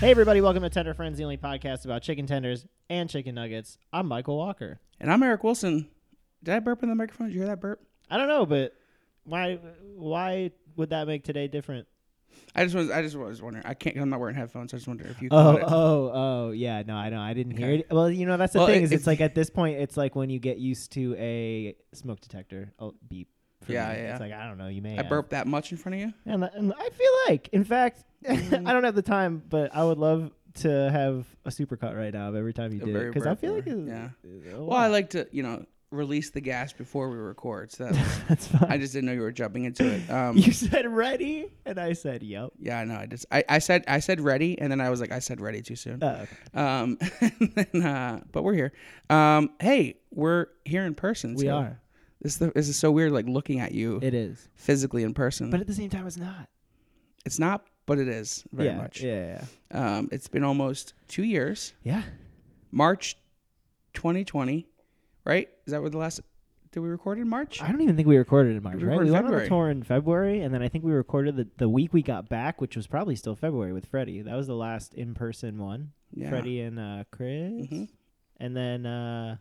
Hey, everybody, welcome to Tender Friends, the only podcast about chicken tenders and chicken nuggets. I'm Michael Walker. And I'm Eric Wilson. Did I burp in the microphone? Did you hear that burp? I don't know, but why why would that make today different? I just was I just was wondering. I can't. I'm not wearing headphones. I just wonder if you. Oh, caught it. oh, oh, yeah. No, I know. I didn't hear Okay. it. Well, you know, that's the Well, thing i- is, it's if- like at this point, it's like when you get used to a smoke detector. Oh, beep. for Yeah, me. yeah. It's like I don't know. You may. I have. burped that much in front of you. And, and I feel like, in fact, Mm. I don't have the time, but I would love to have a supercut right now of every time you A did it very because I burp feel like over. it's, Yeah. it's a Well, I lot. like to you know release the gas before we record. So that's fine. I just didn't know you were jumping into it. Um, you said ready, and I said yep. yeah, I know. I just I, I said I said ready, and then I was like I said ready too soon. Oh, okay. Um, and then, uh, but we're here. Um, hey, we're here in person. we so are. This is, the, this is so weird, like looking at you It is, physically in person. but at the same time, it's not. it's not, but it is very yeah, much. Yeah, Um, it's been almost two years. yeah, March 2020, right? Is that where the last did we record in March? yeah. I don't even think we recorded in March, We right? recorded We went on a February. tour in February, and then I think we recorded the, the week we got back, which was probably still February with Freddie. That was the last in person one. yeah. Freddie and uh, Chris. Mhm. And then uh,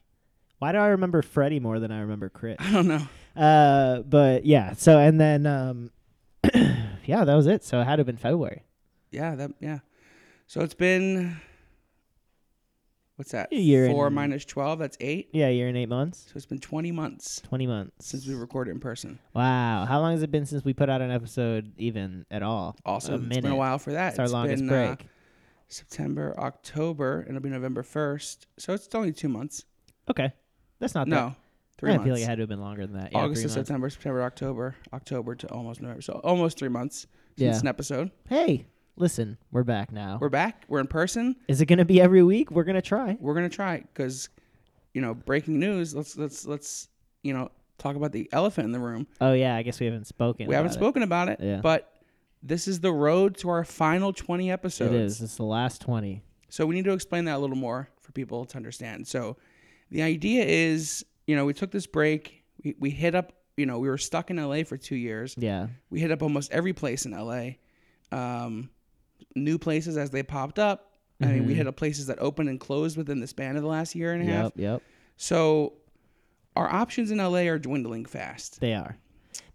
why do I remember Freddie more than I remember Chris? I don't know. Uh, but yeah, so and then um, yeah, that was it. So it had to have been February. Yeah, that yeah. So it's been what's that? A year Four and- minus twelve. That's eight. Yeah, a year and eight months. So it's been 20 months Twenty months. since we recorded in person. Wow. How long has it been since we put out an episode even at all? Also, A it's been a minute. while for that. It's our longest been, uh, break. September, October, and it'll be November 1st. So it's only two months. okay. That's not that No, three I months. feel like it had to have been longer than that. Yeah, August three to months. September, September, to October, October to almost November. So almost three months Yeah. since Oh. an episode. Hey, listen, we're back now. We're back. We're in person. Is it gonna be every week? We're gonna try. We're gonna try because, you know, breaking news. Let's let's let's you know talk about the elephant in the room. Oh yeah, I guess we haven't spoken. we haven't about it. spoken about it, Yeah. but this is the road to our final twenty episodes. It is. It's the last twenty. So we need to explain that a little more for people to understand. So the idea is, you know, we took this break. We we hit up. You know, we were stuck in LA for two years. Yeah. We hit up almost every place in LA, um, new places as they popped up. I mean, we hit up places that opened and closed within the span of the last year and a half. Yep. Yep. So our options in LA are dwindling fast. They are.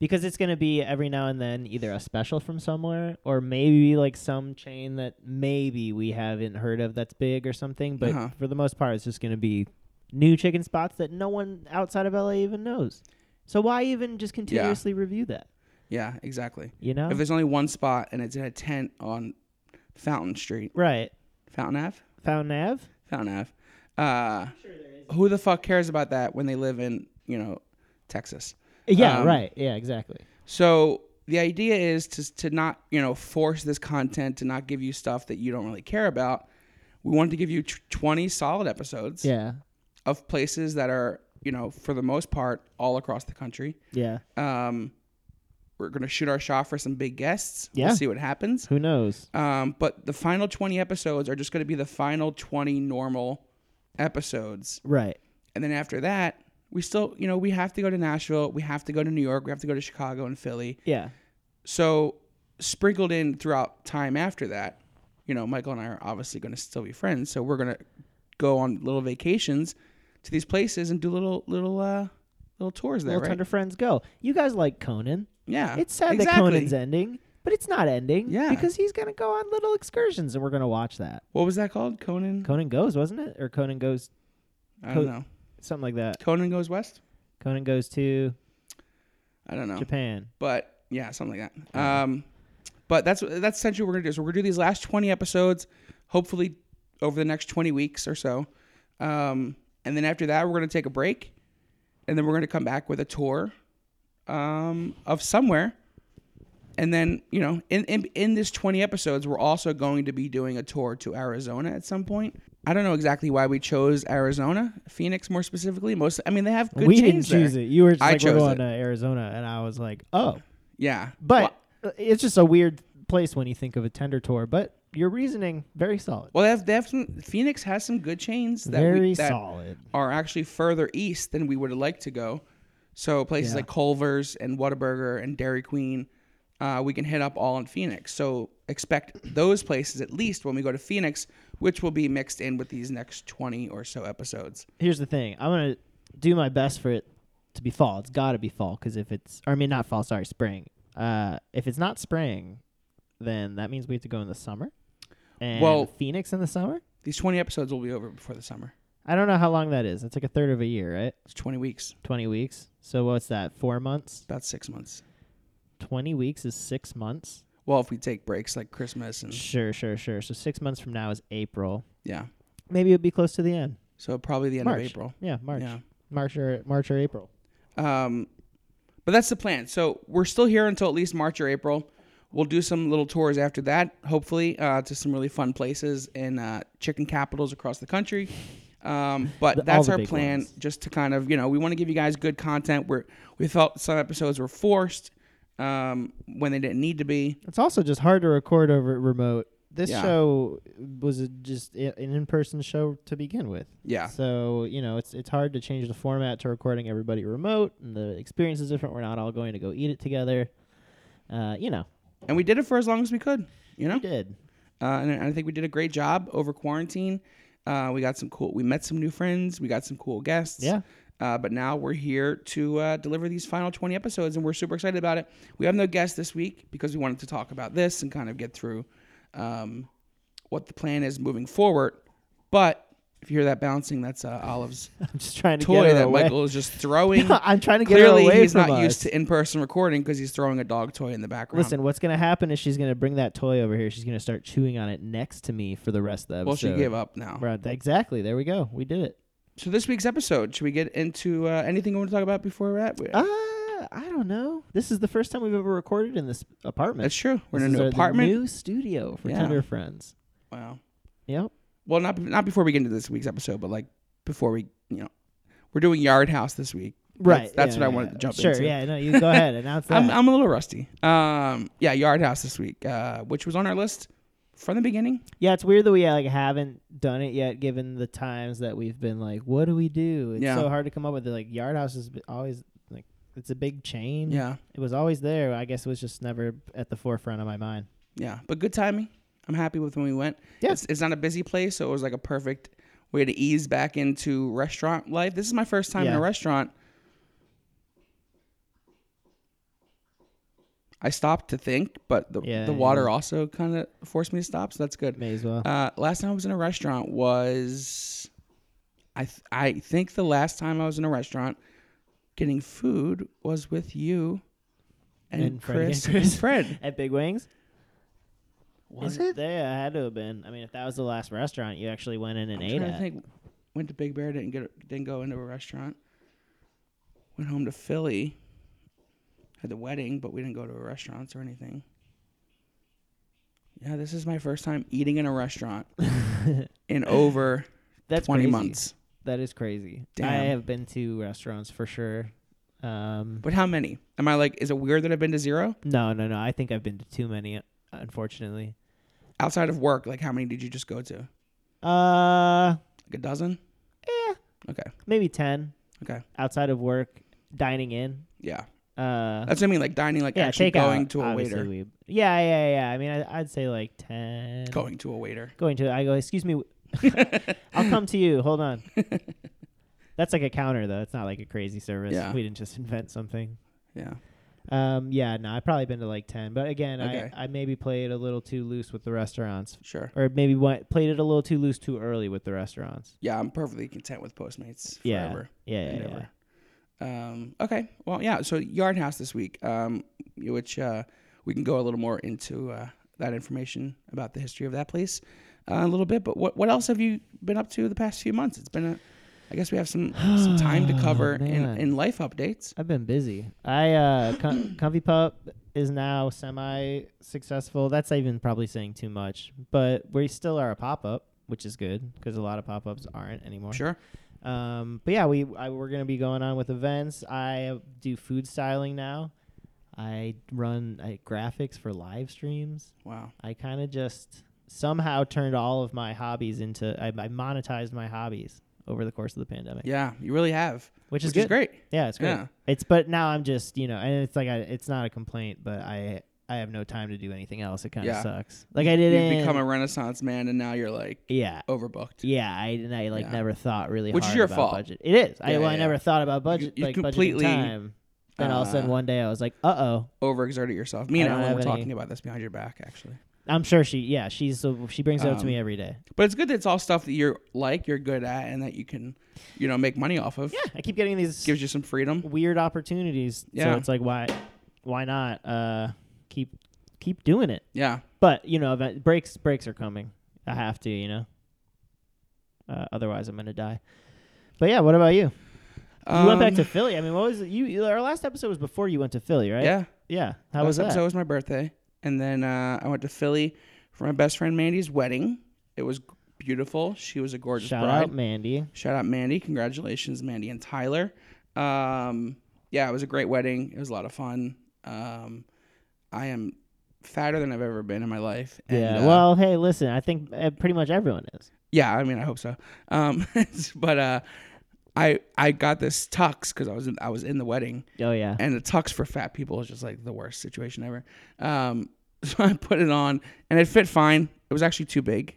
Because it's going to be every now and then either a special from somewhere or maybe like some chain that maybe we haven't heard of that's big or something. But Uh-huh. for the most part, it's just going to be new chicken spots that no one outside of LA even knows. So why even just continuously review that? Yeah, exactly. You know? If there's only one spot and it's in a tent on Fountain Street, right. Fountain Ave, Fountain Ave? Fountain Ave, uh, who the fuck cares about that when they live in you know Texas? Yeah, Um, right. Yeah, exactly. So the idea is to to not you know force this content to not give you stuff that you don't really care about. We wanted to give you tw- 20 solid episodes Yeah. of places that are you know for the most part all across the country. Yeah. Um, we're gonna shoot our shot for some big guests. Yeah. We'll see what happens. Who knows? Um, but the final 20 episodes are just gonna be the final 20 normal episodes, Right. and then after that. We still, you know, we have to go to Nashville. We have to go to New York. We have to go to Chicago and Philly. Yeah. So sprinkled in throughout time after that, you know, Michael and I are obviously going to still be friends. So we're going to go on little vacations to these places and do little little uh little tours there, Little right? Tender Friends go. You guys like Conan. yeah, It's sad that Conan's ending, but it's not ending. Uh, Yeah. Mm-hmm. Because he's gonna go on little excursions and we're gonna watch that. What was that called? Conan? Conan goes, wasn't it? Or Conan goes I don't Co- know. something like that. Conan goes west. Conan goes to I don't know, Japan. but yeah, something like that. Uh-huh. Um, but that's that's essentially what we're gonna do. So we're gonna do these last twenty episodes, hopefully over the next twenty weeks or so, um, and then after that we're gonna take a break, and then we're gonna come back with a tour um, of somewhere, and then you know in, in in this twenty episodes we're also going to be doing a tour to Arizona at some point. I don't know exactly why we chose Arizona, Phoenix more specifically. Most, I mean, they have good we didn't chains there. choose it. You were just I like we're chose going it. to Arizona, and I was like, oh, Yeah, but uh, it's just a weird place when you think of a tender tour. But your reasoning very solid, well, they have, they have some, Phoenix has some good chains that very we, that solid. are actually further east than we would have liked to go. So places Yeah. like Culver's and Whataburger and Dairy Queen, uh, we can hit up all in Phoenix. So expect those places at least when we go to Phoenix, which will be mixed in with these next twenty or so episodes. Here's the thing: I'm gonna do my best for it to be fall. It's got to be fall because if it's, or I mean, not fall, sorry, spring. Uh, if it's not spring, then that means we have to go in the summer. And Well- Phoenix in the summer. These twenty episodes will be over before the summer. I don't know how long that is. That's like a third of a year, right? It's twenty weeks, 20 weeks. So what's that? Four months? about six months. 20 weeks is six months. Well, if we take breaks like Christmas and Sure, sure, sure. So six months from now is April. yeah, Maybe it'd be close to the end. so probably the end March. of April. Yeah, March. Yeah. March or March or April. Um, but that's the plan. So we're still here until at least March or April. We'll do some little tours after that, hopefully, uh, to some really fun places in uh, chicken capitals across the country. Um, but The- all that's the our big plan, ones. just to kind of you know, we want to give you guys good content. Where we felt some episodes were forced um, when they didn't need to be. It's also just hard to record over a remote. This Yeah. show was a- just i- an in-person show to begin with. Yeah, So, you know, it's it's hard to change the format to recording everybody remote and the experience is different. We're not all going to go eat it together. Uh, you know, and we did it for as long as we could. You know, we did. uh, and I think we did a great job over quarantine. Uh, we got some cool. We met some new friends. We got some cool guests. Yeah. Uh, but now we're here to uh, deliver these final 20 episodes, and we're super excited about it. We have no guests this week because we wanted to talk about this and kind of get through um, what the plan is moving forward. But if you hear that bouncing, that's uh, Olive's I'm just trying to get toy her that away. Michael is just throwing. I'm trying to get her Clearly, away he's from not us. used to in-person recording because he's throwing a dog toy in the background. Listen, what's gonna happen is she's gonna bring that toy over here. She's gonna start chewing on it next to me for the rest of the episode. well, she gave up now. Right, exactly. There we go. We did it. So this week's episode, should we get into uh, anything you want to talk about before we're at? Uh, I don't know. This is the first time we've ever recorded in this apartment. That's true. We're This in a is new our- the apartment. new studio for Yeah. Tender Friends. wow. Yep. Well, not not before we get into this week's episode, but like before we, you know, we're doing Yard House this week. Right. That's, that's yeah, what I yeah. wanted to jump sure, into. yeah. No, you go ahead. Announce that. I'm, I'm a little rusty. Um, yeah, Yard House this week, uh, which was on our list from the beginning. yeah, it's weird that we like haven't done it yet, given the times that we've been like, what do we do? It's Yeah. so hard to come up with it. Like Yard House is always like it's a big chain. Yeah, It was always there. I guess it was just never at the forefront of my mind. yeah, but good timing. I'm happy with when we went. Yeah. It's, it's not a busy place, so it was like a perfect way to ease back into restaurant life. This is my first time in a Yeah. restaurant. I stopped to think, but the, Yeah, the yeah. water also kind of forced me to stop, so that's good. May as well. Uh, last time I was in a restaurant was, I th- I think the last time I was in a restaurant getting food was with you and, And Freddie and Chris and, Chris. Fred. At Big Wings? Was Is it? There, I had to have been. I mean, if that was the last restaurant you actually went in and I'm ate trying to at. think. Went to Big Bear, didn't get, didn't go into a restaurant. Went home to Philly. Had the wedding, but we didn't go to restaurants or anything. Yeah, this is my first time eating in a restaurant in over That's 20 crazy. months. That is crazy. I Damn. have been to restaurants for sure. Um, But how many? Am I like, is it weird that I've been to zero? no, no, no. I think I've been to too many, unfortunately. outside of work, like how many did you just go to? Uh, Like a dozen? yeah, Okay. maybe ten Okay. outside of work, dining in. Yeah. Uh, That's what I mean. Like dining, like yeah, actually takeout, going to a obviously waiter. we- yeah, yeah, yeah. I mean, I, I'd say like ten. Going to a waiter. going to I go, excuse me, I'll come to you. Hold on. That's like a counter though. It's not like a crazy service. Yeah. We didn't just invent something. Yeah. Um, yeah, no, I've probably been to like ten, but again, Okay. I, I maybe played a little too loose with the restaurants, Sure. or maybe went, played it a little too loose too early with the restaurants. Yeah. I'm perfectly content with Postmates Yeah. forever Yeah, and yeah, yeah. ever. Um, okay. Well, yeah. So Yard House this week, um, which uh, we can go a little more into uh, that information about the history of that place uh, a little bit. But what, what else have you been up to the past few months? It's been a, I guess we have some, some time to cover in, Oh, Man. in life updates. I've been busy. I uh, com- Comfy Pup is now semi successful. That's even probably saying too much, but we still are a pop up. which is good because a lot of pop ups aren't anymore. Sure. Um, but yeah, we I, we're gonna be going on with events. I do food styling now. I run I, graphics for live streams. Wow. I kind of just somehow turned all of my hobbies into I, I monetized my hobbies over the course of the pandemic, Yeah, you really have, which is which good. is great. Yeah, it's great. Yeah. It's but now I'm just you know, and it's like I, it's not a complaint, but I I have no time to do anything else. It kind of Yeah. sucks. Like I didn't You've become a renaissance man, and now you're like yeah. overbooked. Yeah, I and I like Yeah. never thought really Which is hard your about fault. budget. It is. I Yeah, well, I yeah, never thought about budget you like completely, budgeting time. Then all of a sudden uh, one day I was like, uh oh. Overexerted yourself. Me I and don't Alan have were any- talking about this behind your back, actually. I'm sure she yeah, she's so she brings it up to Um, me every day. But it's good that it's all stuff that you're like, you're good at, and that you can, you know, make money off of. Yeah. I keep getting these Gives you some freedom. weird opportunities. Yeah. So it's like why why not uh keep keep doing it. Yeah. But, you know, event, breaks breaks are coming. I have to, you know. Uh, otherwise I'm gonna die. But yeah, what about you? You went back Um, to Philly. I mean, what was it? you- you? Our last episode was before you went to Philly, right? Yeah. Yeah. How last was that? episode was my birthday, and then uh, I went to Philly for my best friend Mandy's wedding. It was beautiful. She was a gorgeous Shout bride. out Mandy. Shout out Mandy. Congratulations, Mandy and Tyler. Um, yeah, it was a great wedding. It was a lot of fun. Um, I am fatter than I've ever been in my life. And, yeah. uh, well, hey, listen. I think uh, pretty much everyone is. yeah. I mean, I hope so. Um, but uh, I I got this tux because I was in, I was in the wedding, Oh yeah. and the tux for fat people is just like the worst situation ever. Um, so I put it on, and it fit fine. It was actually too big.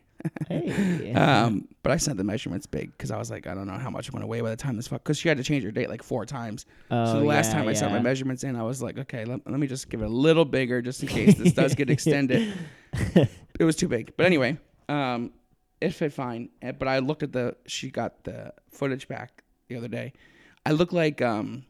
Hey. Um, but I sent the measurements big because I was like, I don't know how much went away by the time this fuck. Because she had to change her date like four times. so Oh, the last yeah, time I sent my yeah. measurements in, I was like, okay, let, let me just give it a little bigger just in case this does get extended. It was too big. But anyway, um, it fit fine. Eh, But I looked at the, she got the footage back the other day. I look like um,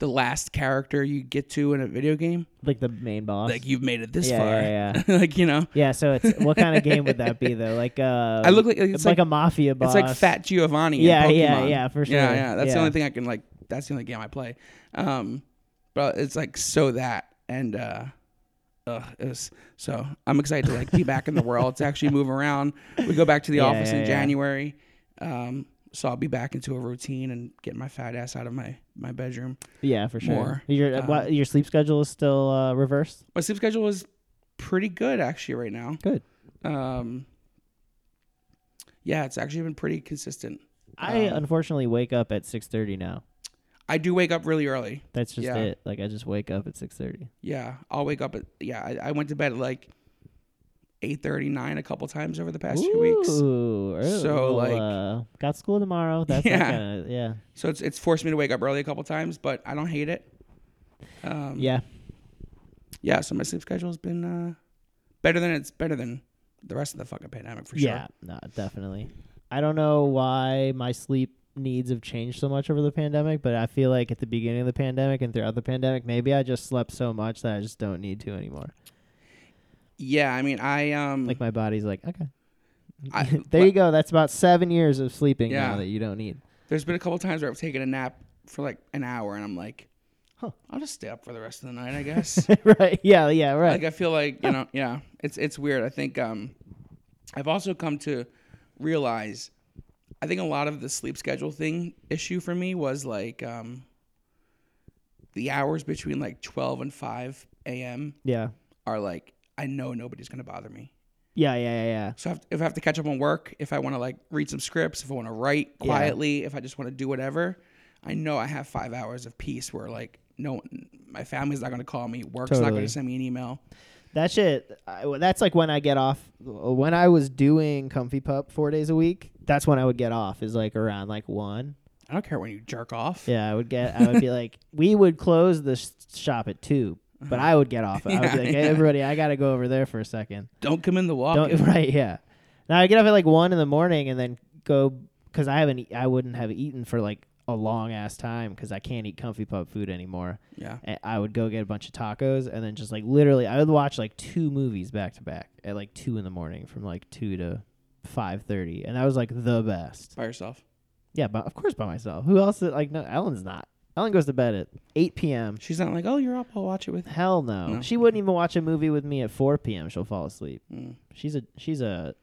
the last character you get to in a video game. like the main boss. Like you've made it this Yeah, far. yeah, like, you know, yeah. So it's what kind of game would that be though? Like uh, I look like, it's it's like, a mafia boss. It's like Fat Giovanni. in Yeah, yeah, Pokemon. yeah, for Yeah, sure. yeah. That's the Yeah. only thing I can like. That's the only game I play. Um, but it's like so that and uh, ugh, it was, so I'm excited to like be back in the world to actually move around. We go back to the Yeah, office yeah, in yeah. January. Um, so I'll be back into a routine and get my fat ass out of my my bedroom. Yeah, for sure. more, Your uh, um, what, your sleep schedule is still uh, reversed. My sleep schedule is pretty good actually right now. Good. Um, yeah, it's actually been pretty consistent. I um, unfortunately wake up at six thirty now. I do wake up really early. That's just yeah. it. Like I just wake up at six thirty. Yeah, I'll wake up at yeah. I, I went to bed at like eight thirty nine a couple times over the past few weeks. Ooh, early. So, Well, like- uh, got school tomorrow. That's that Yeah. kinda, yeah, So it's it's forced me to wake up early a couple times, but I don't hate it. Um, yeah. yeah. So my sleep schedule has been uh, better than it's better than the rest of the fucking pandemic for sure. Yeah, no, definitely. I don't know why my sleep needs have changed so much over the pandemic, but I feel like at the beginning of the pandemic and throughout the pandemic, maybe I just slept so much that I just don't need to anymore. Yeah. I mean, I um. Like my body's like, okay, I, there you go. That's about seven years of sleeping Yeah. now that you don't need. There's been a couple times where I've taken a nap for like an hour, and I'm like, Huh. I'll just stay up for the rest of the night, I guess. right? Yeah, yeah, right. Like I feel like you know, yeah, it's it's weird. I think um, I've also come to realize, I think a lot of the sleep schedule thing issue for me was like um, the hours between like twelve and five a.m. yeah, are like I know nobody's gonna bother me. yeah, yeah, yeah, So if, if I have to catch up on work, if I want to like read some scripts, if I want to write Yeah. quietly, if I just want to do whatever, I know I have five hours of peace where like no, my family's not gonna call me, work's not Totally. gonna send me an email. That shit. I, that's like when I get off. uh, When I was doing Comfy Pup four days a week, that's when I would get off. Is like around like one. I don't care when you jerk off. Yeah, I would get. I would be like, we would close the sh- shop at two, but I would get off. I would be like, Yeah, hey, yeah. everybody, I gotta go over there for a second. Don't come in the walk. Don't right, yeah. Now I get up at like one in the morning and then go because I haven't. e- I wouldn't have eaten for like a long ass time because I can't eat comfy pub food anymore. Yeah. And I would go get a bunch of tacos and then just like literally, I would watch like two movies back to back at like two in the morning from like two to five thirty, and that was like the best. By yourself. Yeah, but of course by myself. Who else? Is, like, no, Ellen's not. Ellen goes to bed at 8 p.m. She's not like, oh, you're up. I'll watch it with. Hell no. No. She wouldn't even watch a movie with me at 4 p.m. She'll fall asleep. Mm. She's a she's a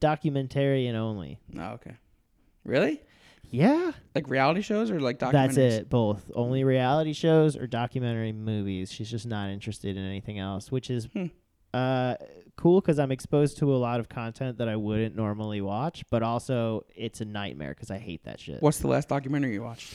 documentarian only. Oh, okay. Really? Yeah, Like reality shows or like documentaries? that's it. Both only reality shows or documentary movies. She's just not interested in anything else, which is Hmm. uh, cool because I'm exposed to a lot of content that I wouldn't normally watch. But also, it's a nightmare because I hate that shit. What's the last documentary you watched?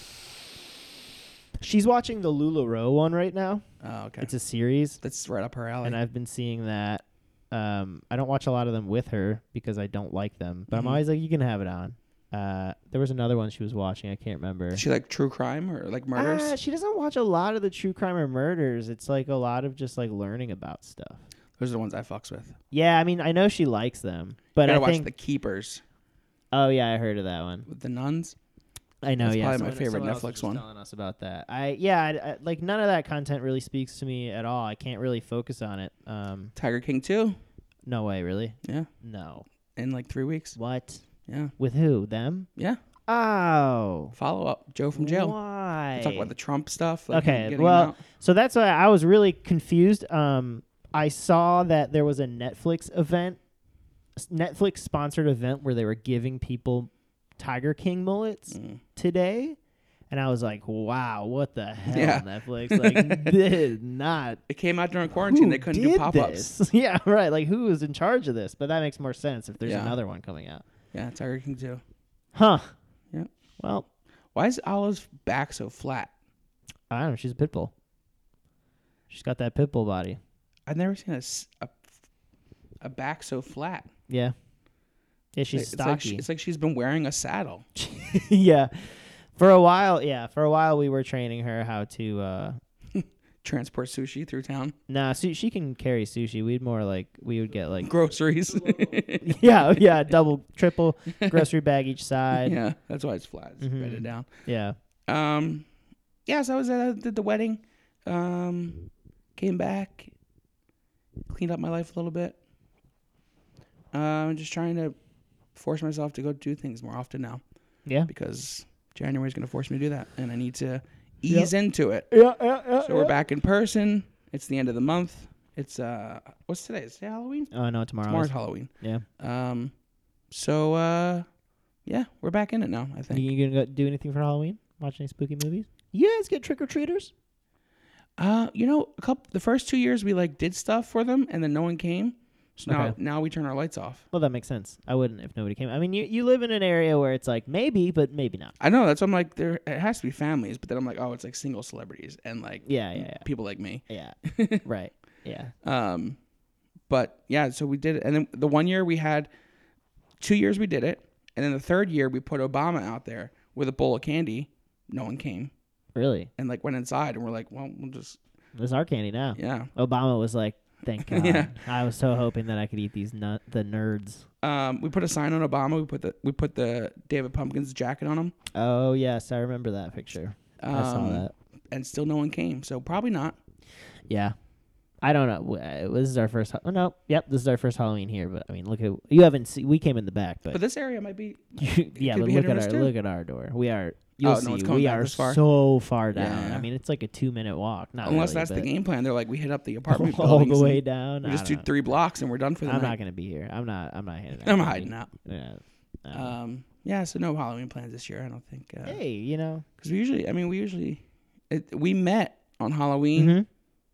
She's watching the LuLaRoe one right now. Oh, okay. It's a series, That's right up her alley. and I've been seeing that. Um, I don't watch a lot of them with her because I don't like them. But Mhm. I'm always like, you can have it on. Uh, there was another one she was watching. I can't remember. Is she like true crime or like murders? Uh, she doesn't watch a lot of the true crime or murders. It's like a lot of just like learning about stuff. Those are the ones I fucks with. Yeah, I mean, I know she likes them, but But I I watch think. The Keepers oh yeah, I heard of that one. with the nuns. I know. That's yeah, probably my someone- favorite someone else Netflix was just one. Telling us about that. I yeah, I, I- like none of that content really speaks to me at all. I can't really focus on it. Um, Tiger King 2 no way, really. Yeah. No. in like three weeks. What? Yeah. With who? Them? Yeah. Oh. Follow up. Joe from jail. Why? We talk about the Trump stuff. Like him Okay, getting him well- out. So that's why I was really confused. Um, I saw that there was a Netflix event, Netflix sponsored event where they were giving people Tiger King mullets Mm. today, and I was like, "Wow, what the hell, Yeah. Netflix? Like, did not It came out during quarantine. who They couldn't do did pop ups. this?" yeah, right. Like, who is in charge of this? But that makes more sense if there's Yeah. another one coming out, Yeah, Tiger King 2. huh? Yeah. Well, Why is Olive's back so flat? I don't know. She's a pit bull. She's got that pit bull body. I've never seen a, s- a- a back so flat. Yeah. Yeah, she's it's stocky. Like she- it's like she's been wearing a saddle. yeah. For a while, yeah, for a while we were training her how to uh Transport sushi through town. nah, su- she can carry sushi. We'd more like we would get like Groceries. yeah, yeah, double, triple grocery bag each side. Yeah. yeah, that's why it's flat. It's Mhm. bedded down. Um, yeah, so I was at did the wedding. Um, came back, cleaned up my life a little bit. Um, just trying to force myself to go do things more often now Yeah. because January is going to force me to do that, and I need to ease into it. Yeah, yeah, yeah. So we're back in person. It's the end of the month. It's uh, what's today? Is today Halloween? Oh no, tomorrow. Tomorrow's is- Halloween. yeah. Um, so uh, yeah, we're back in it now. I think. You, you gonna go do anything for Halloween? Watch any spooky movies? You guys get trick or treaters? Uh, you know, a couple the first two years we like did stuff for them, and then no one came. So now Okay. now we turn our lights off. Well, that makes sense. I wouldn't if nobody came. I mean, you, you live in an area where it's like maybe, but maybe not. I know that's what I'm like. There it has to be families, but then I'm like, oh, it's like single celebrities and like Yeah, yeah, people like me. yeah, yeah. right. Yeah. Um, but yeah, so we did it, and then the one year we had two years we did it, and then the third year we put Obama out there with a bowl of candy. No one came, Really. and like went inside, and we're like, well, we'll just There's our candy now. yeah. Obama was like, "Thank God." Yeah. I was so hoping that I could eat these nut the nerds. Um, we put a sign on Obama. We put the we put the David Pumpkins jacket on him. Oh yes, I remember that picture. Um, I saw that. and still no one came. So probably not. Yeah, I don't know. W- uh, This is our first. ha- Oh no, yep, this is our first Halloween here. But I mean, look at you haven't seen. We came in the back, but, But this area might be. yeah, could but be look hit or at miss our too. look at our door. We are. You'll no, see. it's coming we back are this far. so far Yeah, down. yeah. I mean, it's like a two minute walk. Not Unless really, that's the but game plan. They're like, we hit up the apartment All buildings the and way down. We I just do don't know. three blocks and we're done for the I'm not night. gonna be here. I'm not. I'm not hitting. I'm hiding out. Yeah. I don't know. Um, yeah, so no Halloween plans this year. I don't think uh, because hey, you know. we usually. I mean, we usually it, we met on Halloween Mhm.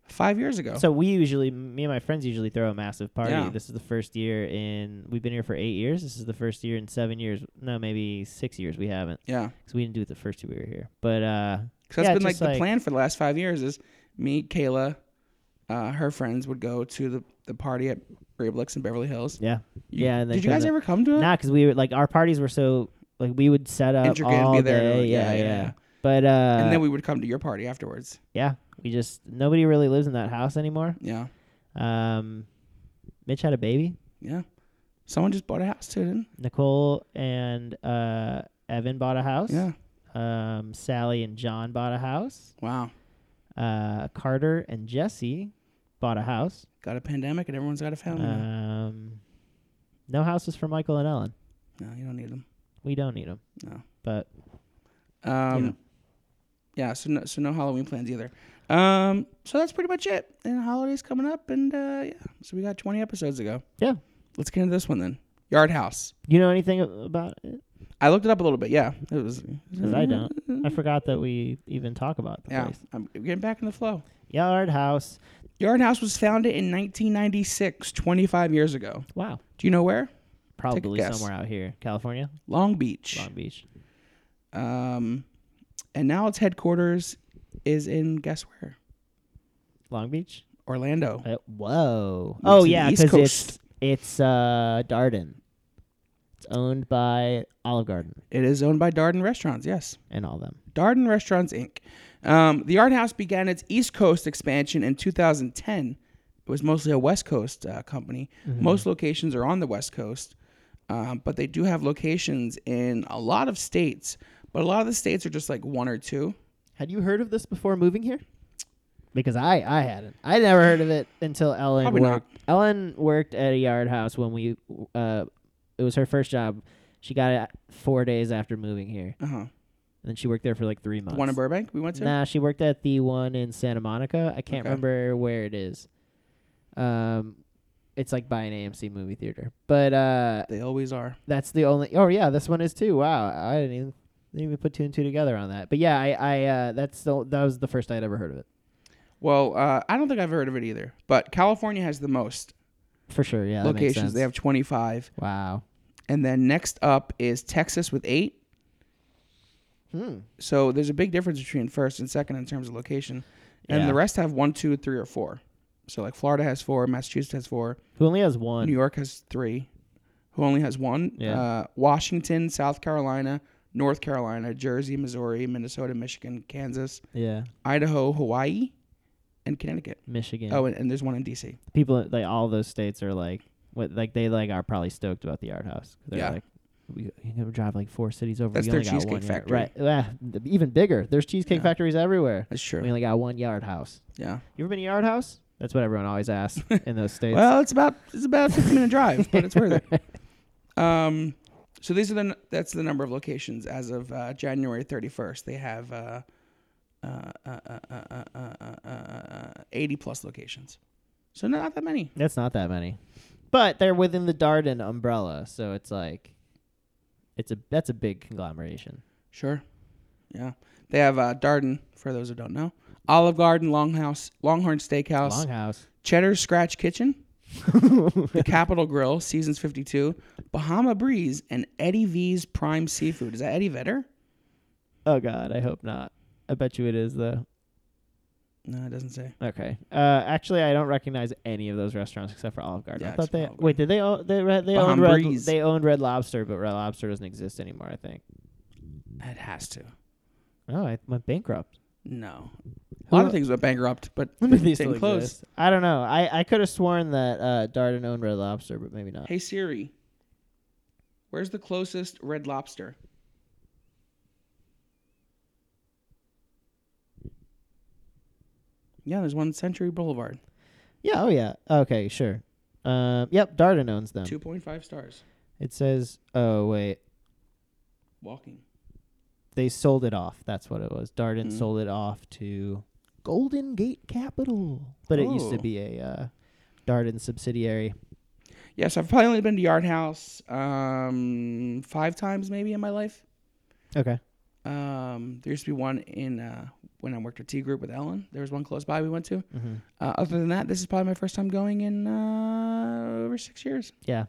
five years ago. So we usually, me and my friends usually throw a massive party. Yeah. This is the first year in, we've been here for eight years. This is the first year in seven years. No, maybe six years we haven't. yeah, Because we didn't do it the first year we were here. But, uh, because that's Yeah, been like just the like- plan for the last five years is me, Kayla, uh, her friends would go to the, the party at Brablix in Beverly Hills. yeah. You- yeah. And then Did you guys come ever come to to- it? Nah, because we were, like, our parties were so, like, we would set up Intricate and all be there and day. all- Yeah, yeah, yeah. yeah, yeah. But, uh, and then we would come to your party afterwards. yeah, we just, nobody really lives in that house anymore. Yeah, Um, Mitch had a baby. yeah. Someone just bought a house too, didn't? Nicole and, uh, Evan bought a house. Yeah. Um, Sally and John bought a house. Wow. uh, Carter and Jesse bought a house. Got a pandemic and everyone's got a family. now. Um, no houses for Michael and Ellen. no, you don't need them. We don't need them. No. But Um, yeah. So no, so no Halloween plans either. Um, so that's pretty much it. And the holidays coming up, and uh, yeah. So we got 20 episodes ago. Yeah. Let's get into this one then. Yard House. You know anything about it? I looked it up a little bit. Yeah, it was. Because I don't. I forgot that we even talk about the Mm. Yeah, place. I'm getting back in the flow. Yard House. Yard House was founded in 1996, 25 years ago. Wow. Do you know where? Probably guess. somewhere out here, California, Long Beach. Long Beach. Um, and now its headquarters is in guess where? Long Beach. Orlando. Uh, whoa. It's Oh in the yeah, East because it's Coast. it's uh, Darden. It's owned by Olive Garden It is owned by Darden Restaurants. Yes, and all them. Darden Restaurants Inc. Um, the Yard House began its East Coast expansion in 2010. It was mostly a West Coast uh, company. Mm-hmm. Most locations are on the West Coast, um, but they do have locations in a lot of states. But a lot of the states are just like one or two. Had you heard of this before moving here? Because I, I hadn't. I never heard of it until Ellen Probably not. worked. Ellen worked at a yard house when we, uh, it was her first job. She got it four days after moving here. Uh huh. And then she worked there for like three months. One in Burbank. We went to. Nah, she worked at the one in Santa Monica. I can't Okay. remember where it is. Um, it's like by an AMC movie theater. But uh, They always are. that's the only. Oh yeah, this one is too. Wow, I didn't even didn't even put two and two together on that. But yeah, I I uh, that's the that was the first I'd ever heard of it Well, uh, I don't think I've heard of it either. But California has the most for sure. Yeah, that makes locations. They have sense. 25. wow. And then next up is Texas with eight. Hmm. So there's a big difference between first and second in terms of location. And Yeah. the rest have one, two, three, or four. So like Florida has four, Massachusetts has four, Who only has one? New York has three, who only has one. Yeah. Uh, Washington, South Carolina, North Carolina, Jersey, Missouri, Minnesota, Michigan, Kansas, yeah, Idaho, Hawaii, and Connecticut. Michigan. Oh, and, and there's one in DC. people like all those states are like what like they like are probably stoked about the art house. They're Yeah. like we you know drive like four cities over. That's we their only got Cheesecake one yard." Factory. Right. Yeah, th- even bigger. There's cheesecake Yeah. factories everywhere. That's We true. only got one yard house. Yeah. You ever been to yard house? That's what everyone always asks in those states. Well, it's about it's about a 50 minute drive, but it's worth it. Um, so these are the n- that's the number of locations as of uh, January 31st. They have uh, uh, uh, uh, uh, uh, uh, uh, uh, 80 plus locations, so not that many. That's not that many, but they're within the Darden umbrella, so it's like, it's a that's a big conglomeration. Sure, yeah. They have uh, Darden for those who don't know, Olive Garden, Longhouse, Longhorn Steakhouse, Longhouse. Cheddar's Scratch Kitchen, the Capitol Grill, Seasons 52, Bahama Breeze, and Eddie V's Prime Seafood. Is that Eddie Vedder? Oh God, I hope not. I bet you it is though. No, it doesn't say. Okay. Uh, actually, I don't recognize any of those restaurants except for Olive Garden. Yeah, I it's thought they Olive wait. Did they own they re- they owned Baham Red Breeze. they owned Red Lobster, but Red Lobster doesn't exist anymore. I think. It has to. Oh, it went bankrupt. No. A lot Who- of things went bankrupt, but Maybe they they still didn't close. exist. I don't know. I, I could have sworn that uh, Darden owned Red Lobster, but maybe not. Hey Siri, where's the closest Red Lobster? Yeah, there's one Century Boulevard. Yeah. Oh yeah. Okay. Sure. Um. Yep. Darden owns them. 2.5 stars. It says. Oh wait. Walking. They sold it off. That's what it was. Darden Mhm. sold it off to Golden Gate Capital, but it used to Oh. be a uh, Darden subsidiary. Yes, I've probably only been to Yard House um, five times maybe in my life. Okay. Um, there used to be one in uh, when I worked at T Group with Ellen. There was one close by we went to. Mm-hmm. Uh, other than that, this is probably my first time going in uh, over six years. Yeah.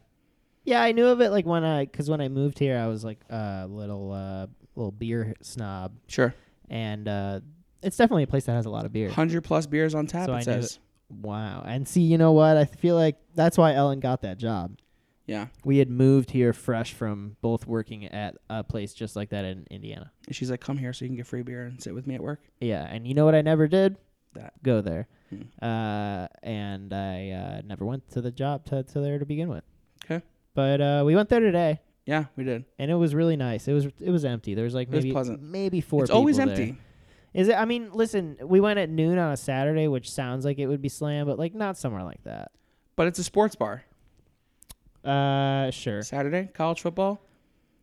Yeah, I knew of it like when I, cause when I moved here, I was like a little, uh, little beer snob, Sure. and uh, it's definitely a place that has a lot of beer. 100 plus beers on tap, So I it knew says. Wow. And see, you know what? I feel like that's why Ellen got that job. Yeah. We had moved here fresh from both working at a place just like that in Indiana. And she's like, come here so you can get free beer and sit with me at work. Yeah, and you know what I never did? That. Go there. Hmm. Uh, and I uh, never went to the job to, to there to begin with. 'Kay. But uh, we went there today. Yeah, we did. and it was really nice. It was it was empty. There was like was maybe pleasant. maybe four. it's always people empty. there. Is it? I mean, listen, we went at noon on a Saturday, which sounds like it would be slammed, but like not somewhere like that. But it's a sports bar. Uh, sure. Saturday, college football.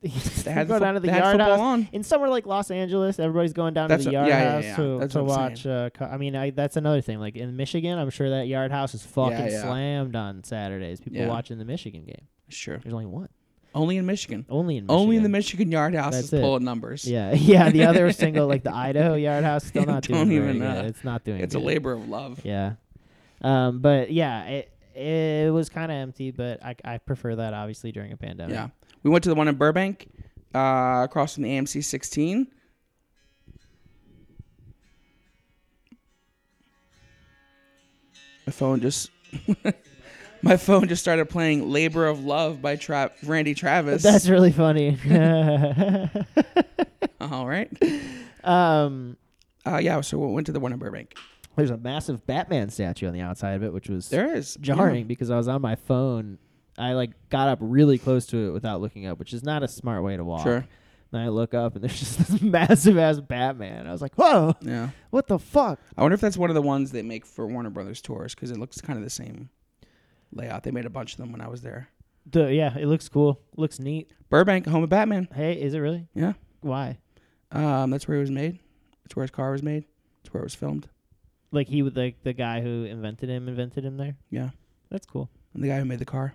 they They had, go the fo- down to the they had yard football house. on. In somewhere like Los Angeles, everybody's going down That's to the yard what- yeah, yeah, house yeah. to, That's to what I'm watch. Uh, co- I mean, I, that's another thing. Like in Michigan, I'm sure that yard house is fucking yeah. slammed on Saturdays. People Yeah. watching the Michigan game. It's true. There's only one. Only in Michigan. Only in Michigan. Only in the Michigan Yard House That's is it. pulling numbers. Yeah, yeah. The other single, like the Idaho Yard House, still not doing Don't very even, good. uh, It's not doing. It's a good. labor of love. Yeah, um, but yeah, it it was kind of empty, but I I prefer that obviously during a pandemic. Yeah. We went to the one in Burbank, uh, across from the AMC 16. My phone just. My phone just started playing "Labor of Love" by Tra- Randy Travis. That's really funny. all right. um, Uh, yeah, so we went to the one in Burbank. there's a massive Batman statue on the outside of it, which was There is jarring because I was on my phone. I like got up really close to it without looking up, which is not a smart way to walk. Sure. And I look up and there's just this massive ass Batman. I was like, "Whoa, Yeah. yeah. what the fuck?" I wonder if that's one of the ones they make for Warner Brothers tours because it looks kind of the same layout. They made a bunch of them when I was there. Duh, yeah, it looks cool. Looks neat. Burbank, home of Batman. Hey, is it really? Yeah. Why? Um, that's where he was made. That's where his car was made. That's where it was filmed. Like he would like the guy who invented him invented him there. Yeah. That's cool. And the guy who made the car,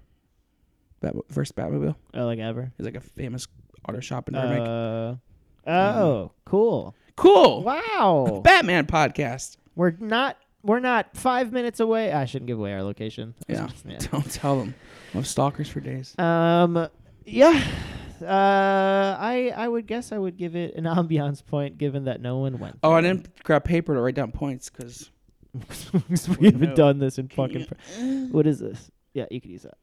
Bat- first Batmobile, Oh, like ever. is like a famous auto shop in Burbank. Uh, oh, cool. cool. Wow. Batman podcast. we're not we're not five minutes away. I shouldn't give away our location. Yeah. Don't tell them. I'm stalkers for days. Um. Yeah. Uh. I I would guess I would give it an ambiance point, given that no one went. Oh, I didn't grab paper to write down points because we haven't no. done this in fucking. pro- what is this? Yeah, you could use that.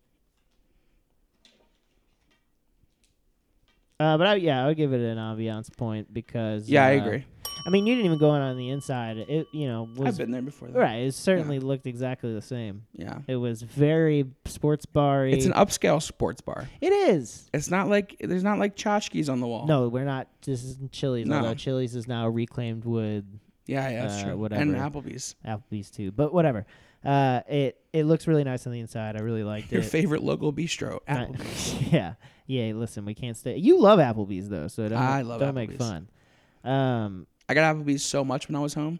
Uh, but I, yeah, I would give it an ambiance point because yeah, I uh, agree. I mean, you didn't even go in on the inside. It you know I've was been there before. Though. right. It certainly looked exactly the same. Yeah. It was very sports bar. It's an upscale sports bar. It is. It's not like there's not like tchotchkes on the wall. No, we're not. This isn't Chili's. No. Although Chili's is now reclaimed wood Yeah, yeah, that's Uh, true. whatever. And Applebee's. Applebee's too. But whatever. Uh, it it looks really nice on the inside. I really liked Your it. favorite local bistro. I- Applebee's. yeah. Yeah. Listen, we can't stay. You love Applebee's though, so don't I love don't make Applebee's. fun. Um. I got Applebee's so much when I was home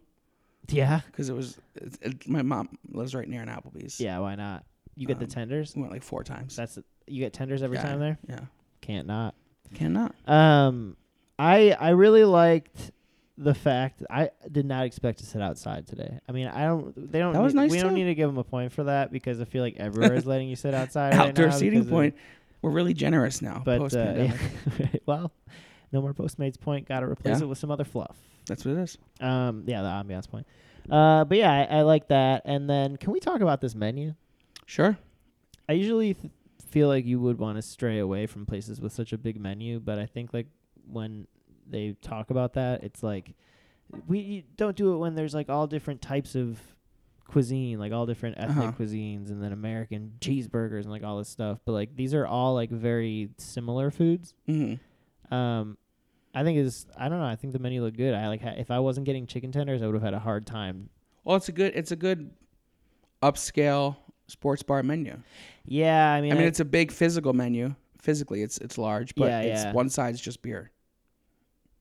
Yeah. because it was it, it- my mom lives right near an Applebee's. Yeah. Why not? You get the Um, tenders. We went like four times. That's you get tenders every Yeah. time there. Yeah. Can't not. Cannot. Um, I I really liked the fact I did not expect to sit outside today. I mean, I don't. They don't. That was need- nice, We don't too. need to give them a point for that because I feel like everywhere is letting you sit outside. right Outdoor now seating because of- point. We're really generous now. but post uh, pandemic. well, no more Postmates point. Got to replace Yeah. it with some other fluff. That's what it is. Um, yeah, the ambiance point. Uh, but yeah, I, I like that. And then, can we talk about this menu? Sure. I usually th- feel like you would want to stray away from places with such a big menu, but I think like when they talk about that, it's like we you don't do it when there's like all different types of cuisine, like all different ethnic Uh-huh. cuisines and then American cheeseburgers and like all this stuff, but like these are all like very similar foods. hmm Um I think is I don't know, I think the menu looked good. I like ha- if I wasn't getting chicken tenders, I would have had a hard time. Well, it's a good it's a good upscale sports bar menu. Yeah, I mean I mean, I- it's a big physical menu. Physically, it's it's large, but Yeah, it's yeah. one side's just beer.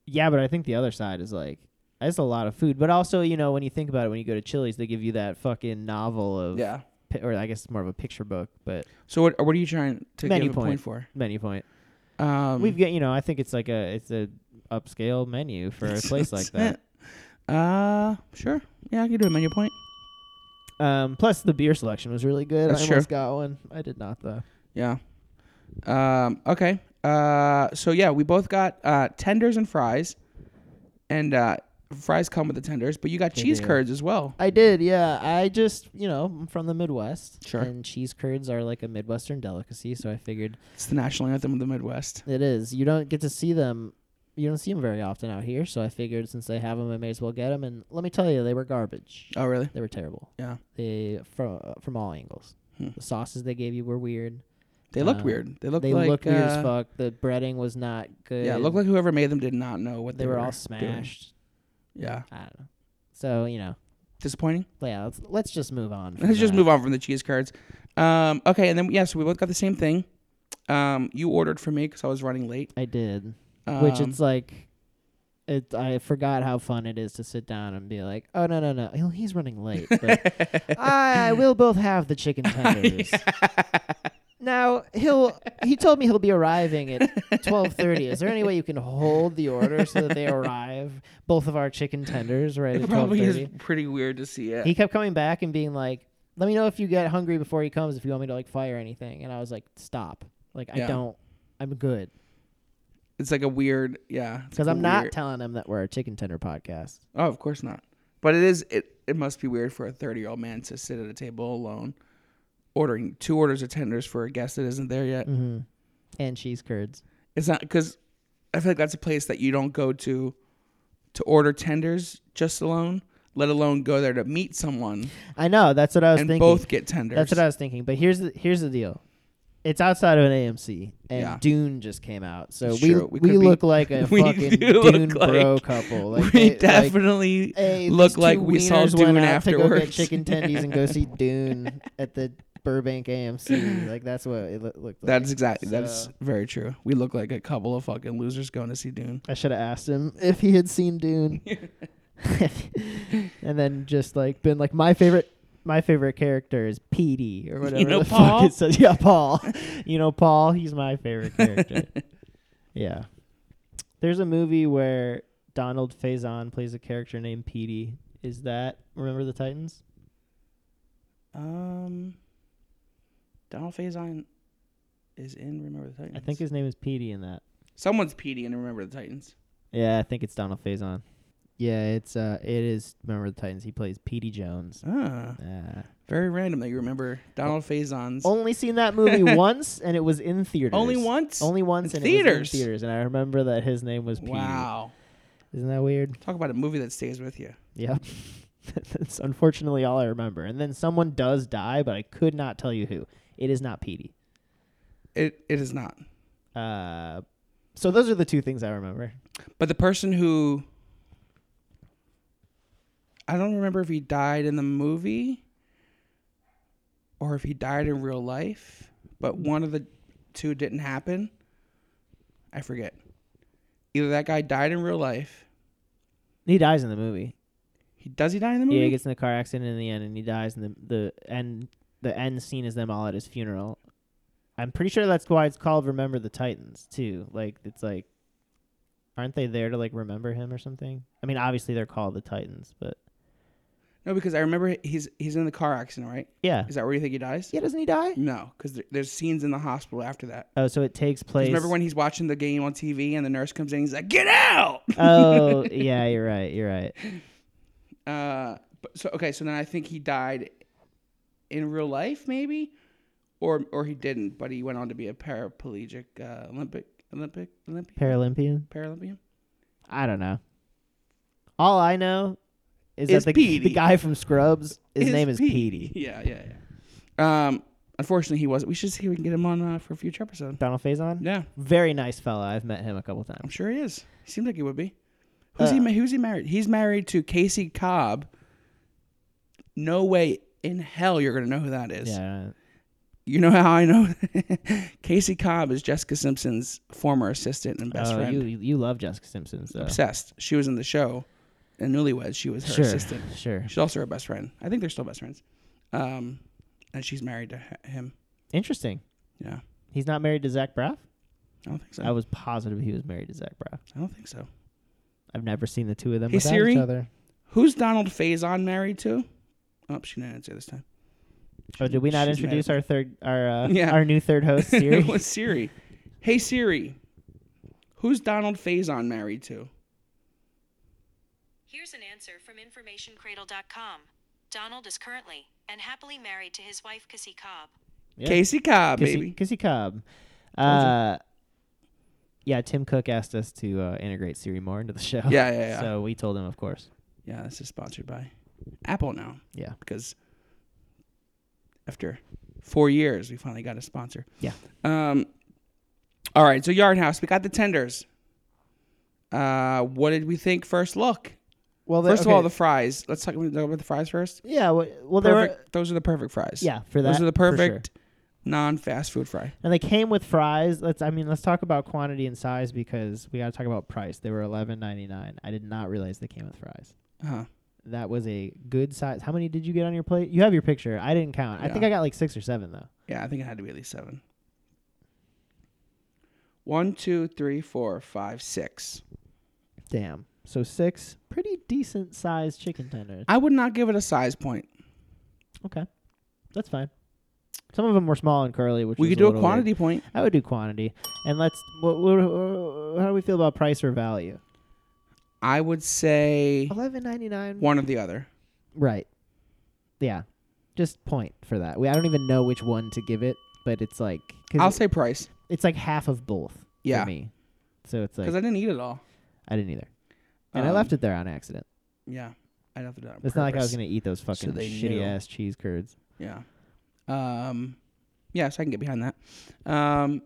Yeah, but I think the other side is like that's a lot of food. But also, you know, when you think about it, when you go to Chili's, they give you that fucking novel of, Yeah. pi- or I guess it's more of a picture book, but So what what are you trying to Menu give a point point. for? menu point. Um, We've got, you know, I think it's like a it's a upscale menu for a place like that. Uh, sure. Yeah, I can do a menu point. Um, plus the beer selection was really good. That's I true. almost got one. I did not though. Yeah. Um, okay. Uh, so yeah, we both got uh, tenders and fries, and uh, fries come with the tenders, but you got They cheese do. curds as well. I did, yeah. I just, you know, I'm from the Midwest. Sure. And cheese curds are like a Midwestern delicacy, so I figured It's the national anthem of the Midwest. It is. You don't get to see them. You don't see them very often out here, so I figured since they have them, I may as well get them. And let me tell you, they were garbage. Oh, really? They were terrible. Yeah. They from uh, from all angles. Hmm. The sauces they gave you were weird. They looked Uh, weird. They looked they like looked weird uh, as fuck. The breading was not good. Yeah, it looked like whoever made them did not know what they, they, were, all doing. smashed. Yeah, I don't know. So you know, disappointing. yeah. Let's let's just move on. Let's just move on from the cheese curds. Um, okay, and then yeah, so we both got the same thing. Um, you ordered for me because I was running late. I did, Um, which it's like. It, I forgot how fun it is to sit down and be like, oh no no no, Oh, he's running late. But I will both have the chicken tenders. Now he'll he told me he'll be arriving at twelve thirty. Is there any way you can hold the order so that they arrive both of our chicken tenders right Um, It at twelve probably thirty? is pretty weird to see it. He kept coming back and being like, "Let me know if you get hungry before he comes. If you want me to like fire anything." And I was like, "Stop! Like I Yeah. don't. I'm good It's like a weird, yeah. it's because like I'm a not weird- telling him that we're a chicken tender podcast." oh, of course not. But it is. It it must be weird for a thirty year old man to sit at a table alone, ordering two orders of tenders for a guest that isn't there yet. Mm-hmm. And cheese curds. It's not because I feel like that's a place that you don't go to to order tenders just alone. Let alone go there to meet someone I know. That's what I was and thinking. both get tenders. That's what I was thinking. But here's the here's the deal. It's outside of an AMC, and Yeah. Dune just came out, so It's we true. We we, could be- look like a we fucking do look Dune bro like- couple. Like, we they- like, definitely hey, look these two like we saw wieners went Dune out to go get afterwards. chicken tendies and go see Dune at the Burbank AMC. Like that's what it loo- looked like. That's exactly that's So- very true. We look like a couple of fucking losers going to see Dune. I should have asked him if he had seen Dune, and then just like been like my favorite. My favorite character is Petey or whatever know the Paul? fuck it says. Yeah, Paul. you know Paul. He's my favorite character. yeah. There's a movie where Donald Faison plays a character named Petey. Is that remember the Titans? Um, Donald Faison is in Remember the Titans. I think his name is Petey in that. someone's PD in Remember the Titans. Yeah, I think it's Donald Faison. Yeah, it's uh, it is. Remember the Titans? He plays Petey Jones. Ah, Uh, very random that you remember Donald Faison's Oh. only seen that movie once, and it was in theaters. only once. Only once In in theaters. theaters. in theaters, and I remember that his name was Petey. wow, Isn't that weird? talk about a movie that stays with you. Yeah. That's unfortunately all I remember. And then someone does die, but I could not tell you who. It is not Petey. It it is not. Uh, so those are the two things I remember. But the person who I don't remember if he died in the movie or if he died in real life, but one of the two didn't happen. I forget. Either that guy died in real life. He dies in the movie. He does he die in the movie? Yeah, he gets in a car accident in the end, and he dies. And the the end the end scene is them all at his funeral. I'm pretty sure that's why it's called "Remember the Titans" too. Like it's like, aren't they there to like remember him or something? I mean, obviously they're called the Titans, but no, because I remember he's he's in the car accident, right? yeah, Is that where you think he dies? yeah. Doesn't he die? No, because there, there's scenes in the hospital after that. Oh, so it takes 'Cause place. Remember when he's watching the game on TV and the nurse comes in, he's like, "Get out!" oh, yeah. You're right. You're right. Uh, but so okay, so then I think he died in real life, maybe, or or he didn't, but he went on to be a paraplegic uh, Olympic Olympic Olympic Paralympian. Paralympian. I don't know. All I know is, Is that the, Petey. the guy from Scrubs, his name is Petey. Yeah, yeah, yeah. Um, unfortunately, he wasn't. We should see if we can get him on uh, for a future episode. Donald Faison. Yeah, Very nice fella. I've met him a couple times. I'm sure he is. He seems like he would be. Who's he? Uh. ma- Who's he married? He's married to Casey Cobb. No way in hell you're gonna know who that is. Yeah. You know how I know? Casey Cobb is Jessica Simpson's former assistant and best oh, friend. You you you love Jessica Simpson, so Obsessed. She was in the show, in Newlyweds. She was her sure, assistant. sure. She's also her best friend. I think they're still best friends. Um, and she's married to h- him. Interesting. Yeah, He's not married to Zach Braff. I don't think so. I was positive he was married to Zach Braff. I don't think so. I've never seen the two of them Hey, without Siri? each other. Who's Donald Faison married to? Oh, she didn't answer this time. Oh, did we not She's introduce our third, our uh, Yeah. our new third host, it Siri? was Siri. Hey Siri, who's Donald Faison married to? Here's an answer from InformationCradle.com. Donald is currently and happily married to his wife, Cassie Cobb. Yeah. Casey Cobb, Kissy- baby. Kissy Cobb. you. Uh, yeah, Tim Cook asked us to uh, integrate Siri more into the show. Yeah, yeah, yeah. So we told him, of course. Yeah, this is sponsored by Apple now. Yeah. because after four years, we finally got a sponsor. Yeah. Um. All right, so Yard House, we got the tenders. Uh, what did we think first look? Well, First of all, the fries. Let's talk talk about the fries first. yeah. Well, well there were Perfect. Those are the perfect fries. yeah for that. Those are the for sure. perfect non-fast food fry. And they came with fries. Let's I mean let's talk about quantity and size because we got to talk about price. They were eleven ninety nine. I did not realize they came with fries. Uh-huh. That was a good size. How many did you get on your plate? You have your picture. I didn't count. I think Yeah. I got like six or seven though. Yeah, I think it had to be at least seven. One, two, three, four, five, six. Damn. So six pretty decent sized chicken tenders. I would not give it a size point. Okay, that's fine. Some of them were small and curly, which We was could do a little weird. quantity point. I would do quantity, and let's. What, what, how do we feel about price or value? I would say Eleven ninety nine. one or the other. Right. Yeah. Just point for that. We I don't even know which one to give it, but it's like cause I'll it- say price it's like half of both. Yeah. For me. So it's like because I didn't eat it all. I didn't either, and I Um, left it there on accident. Yeah, I have to do it. on It's not like I was purpose. gonna eat those fucking they shitty knew. ass cheese curds. Yeah. Um, yeah, so I can get behind that. Um,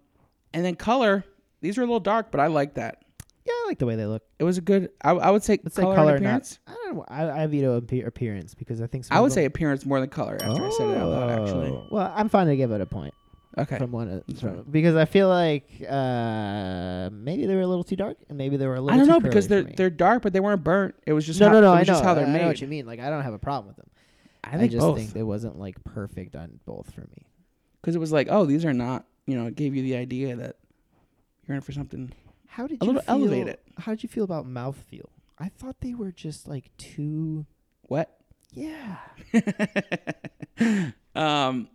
and then color. These are a little dark, but I like that. Yeah, I like the way they look. It was a good. I, I would say Let's color, say color, and not- appearance. I don't. know. I, I veto appear- appearance because I think some I of would them- say appearance more than color after I said it out loud. Actually. Oh. Well, I'm fine to give it a point Okay. from one of, fine. from, because I feel like uh, maybe they were a little too dark and maybe they were a little. I don't too know curly because they're for me. they're dark, but they weren't burnt. It was just no, how, no, no. it I was know. just how they're I made. know what you mean. Like I don't have a problem with them. I I, think just both think it wasn't like perfect on both for me. because it was like, oh, these are not. You know, it gave you the idea that you're in for something. How did A you little feel, elevated. How did you feel about mouthfeel? I thought they were just like too. What? Yeah. um,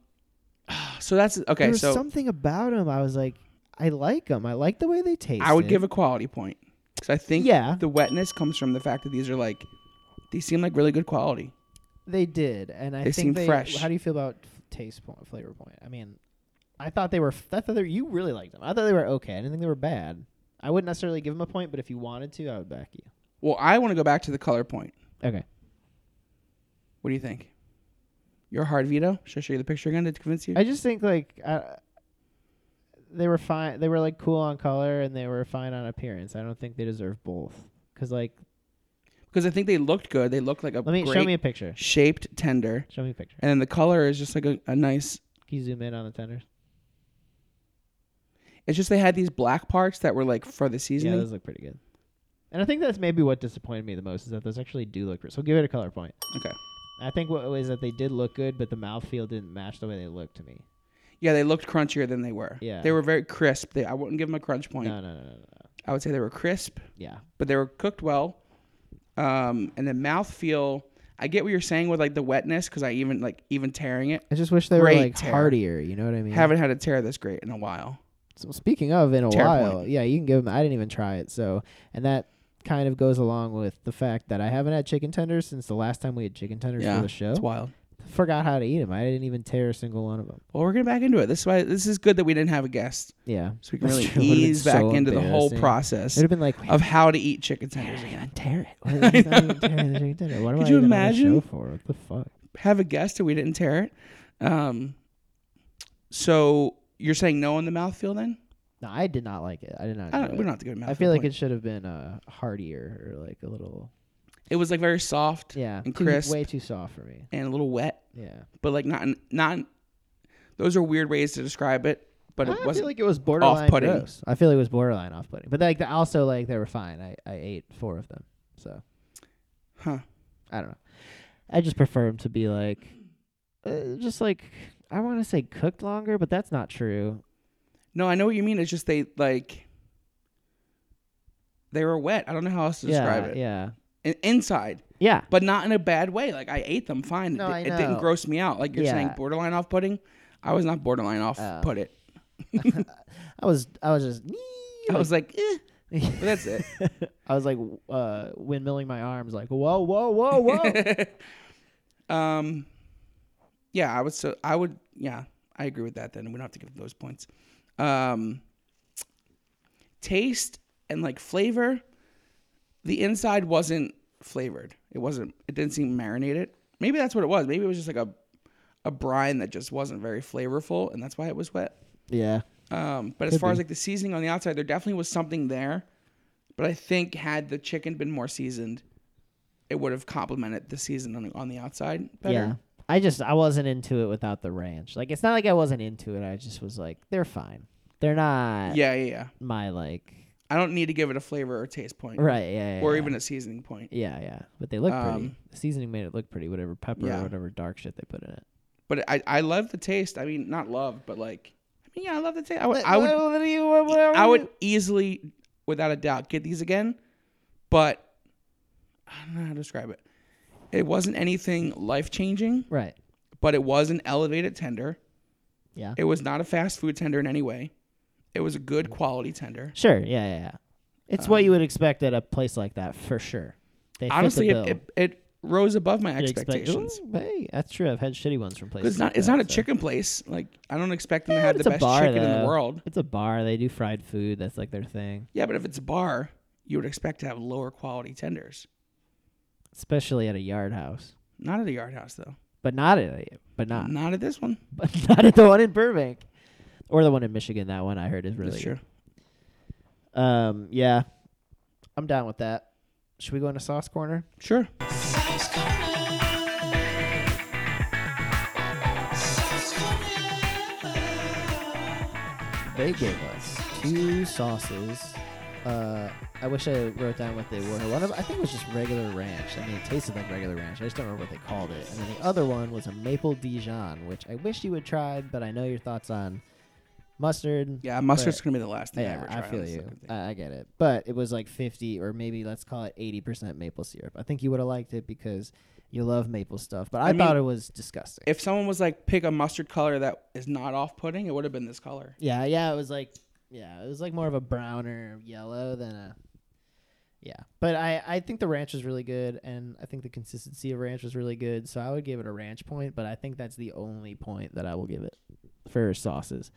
so that's there okay. was So something about them. I was like, I like them. I like the way they taste. I would give a quality point because I think Yeah. the wetness comes from the fact that these are like these seem like really good quality. They did, and I They think seemed they. fresh. How do you feel about f- taste point, flavor point? I mean, I thought they were. f- I thought they were, you really liked them. I thought they were okay. I didn't think they were bad. I wouldn't necessarily give them a point, but if you wanted to, I would back you. Well, I want to go back to the color point. Okay. What do you think? Your hard veto? Should I show you the picture again to convince you? I just think like uh, they were fine. They were like cool on color and they were fine on appearance. I don't think they deserve both. Cause like, Because I think they looked good. They looked like a let me great show me a picture. shaped tender, Show me a picture. and then the color is just like a, a nice. Can you zoom in on the tenders? It's just they had these black parts that were like for the yeah, seasoning. those look pretty good. And I think that's maybe what disappointed me the most is that those actually do look. So give it a color point. okay. I think what was that they did look good, but the mouthfeel didn't match the way they looked to me. Yeah, they looked crunchier than they were. Yeah. They were very crisp. They, I wouldn't give them a crunch point. No, no, no, no, no. I would say they were crisp, Yeah, but they were cooked well. Um, and the mouthfeel, I get what you're saying with like the wetness because I even like even tearing it. I just wish they Great were like tear. heartier. You know what I mean? Haven't had a tear this great in a while. So speaking of, in a Tear while, point. yeah, you can give them. I didn't even try it, so and that kind of goes along with the fact that I haven't had chicken tenders since the last time we had chicken tenders yeah, for the show. it's wild. Forgot how to eat them. I didn't even tear a single one of them. Well, we're getting back into it. This is why this is good that we didn't have a guest, Yeah, so we can That's really true. It would've been ease back so into the whole embarrassing. process It would have been like, wait, of how to eat chicken tenders. I'm Again. gonna tear it. Why did I not even tear the chicken tender? What am Could I even you on imagine? the show for? What the fuck? Have a guest and we didn't tear it. Um, so you're saying no on the mouthfeel then? No, I did not like it. I did not. I enjoy don't. We don't it. have to go to mouthfeel. I feel like point. it should have been uh, heartier or like a little It was like very soft yeah, And too- crisp. way too soft for me. and a little wet, Yeah, but like not not. Those are weird ways to describe it, but I it feel wasn't. like it was borderline off-putting. gross. I feel like it was borderline off putting. But like the, also like they were fine. I, I ate four of them. So Huh. I don't know. I just prefer them to be like uh, just like I want to say cooked longer, but that's not true. No, I know what you mean. It's just they like. They were wet. I don't know how else to describe yeah, it. yeah. In- inside, Yeah. but not in a bad way. Like I ate them fine. No, it, I it didn't know. gross me out. Like you're saying, Yeah. borderline off-putting. I was not borderline Oh. off-put it. I was I was just I was like, eh. like- but that's it. I was like uh windmilling my arms like whoa whoa whoa whoa. um, yeah, I would. So I would. Yeah, I agree with that. Then we don't have to give those points. Um, taste and like flavor. The inside wasn't flavored. It wasn't. It didn't seem marinated. Maybe that's what it was. Maybe it was just like a a brine that just wasn't very flavorful, and that's why it was wet. yeah. Um, but as Could far as be. like the seasoning on the outside, there definitely was something there. But I think had the chicken been more seasoned, it would have complemented the season on, on the outside better. Yeah. I just I wasn't into it without the ranch. Like it's not like I wasn't into it. I just was like they're fine. They're not Yeah, yeah, yeah. my like I don't need to give it a flavor or taste point, right yeah, yeah or yeah. even a seasoning point. yeah yeah. But they look pretty. Um, The seasoning made it look pretty. Whatever pepper Yeah. or whatever dark shit they put in it. But I, I love the taste. I mean, not love, but like, I yeah, I love the taste. I would, What- I would, what do you- what- what are I would you- easily, without a doubt, get these again, but I don't know how to describe it. It wasn't anything life changing, Right. but it was an elevated tender. Yeah. It was not a fast food tender in any way. It was a good quality tender. Sure. Yeah. Yeah. yeah. It's what you would expect at a place like that for sure. They Um, Honestly, fit the bill. it, it, it rose above my You'd expect- expectations. Ooh, hey, that's true. I've had shitty ones from places. It's not. like It's that, not a so. chicken place. Like I don't expect them Yeah, to have but the it's a best bar, chicken in the though. world. It's a bar. They do fried food. That's like their thing, Yeah, but if it's a bar, you would expect to have lower quality tenders. especially at a yard house. Not at the Yard House though. But not at a, but not Not at this one. but not at the one in Burbank or the one in Michigan. That one I heard is really That's true. good. Um, yeah, I'm down with that. Should we go into sauce corner? Sure. They gave us two sauces. Uh, I wish I wrote down what they were. One of I think it was just regular ranch. I mean, it tasted like regular ranch. I just don't remember what they called it. And then the other one was a maple Dijon, which I wish you would try, but I know your thoughts on mustard. Yeah, mustard's gonna be the last thing I Yeah, ever try. I on feel this you. Uh, fucking thing. I, I get it. But it was like 50 or maybe let's call it 80% maple syrup. I think you would have liked it because you love maple stuff. But I, mean- thought it was disgusting. If someone was like, pick a mustard color that is not off-putting, it would have been this color. yeah, yeah, it was like yeah, it was like more of a browner yellow than a yeah. But I I think the ranch was really good and I think the consistency of ranch was really good. So I would give it a ranch point, but I think that's the only point that I will give it for sauces.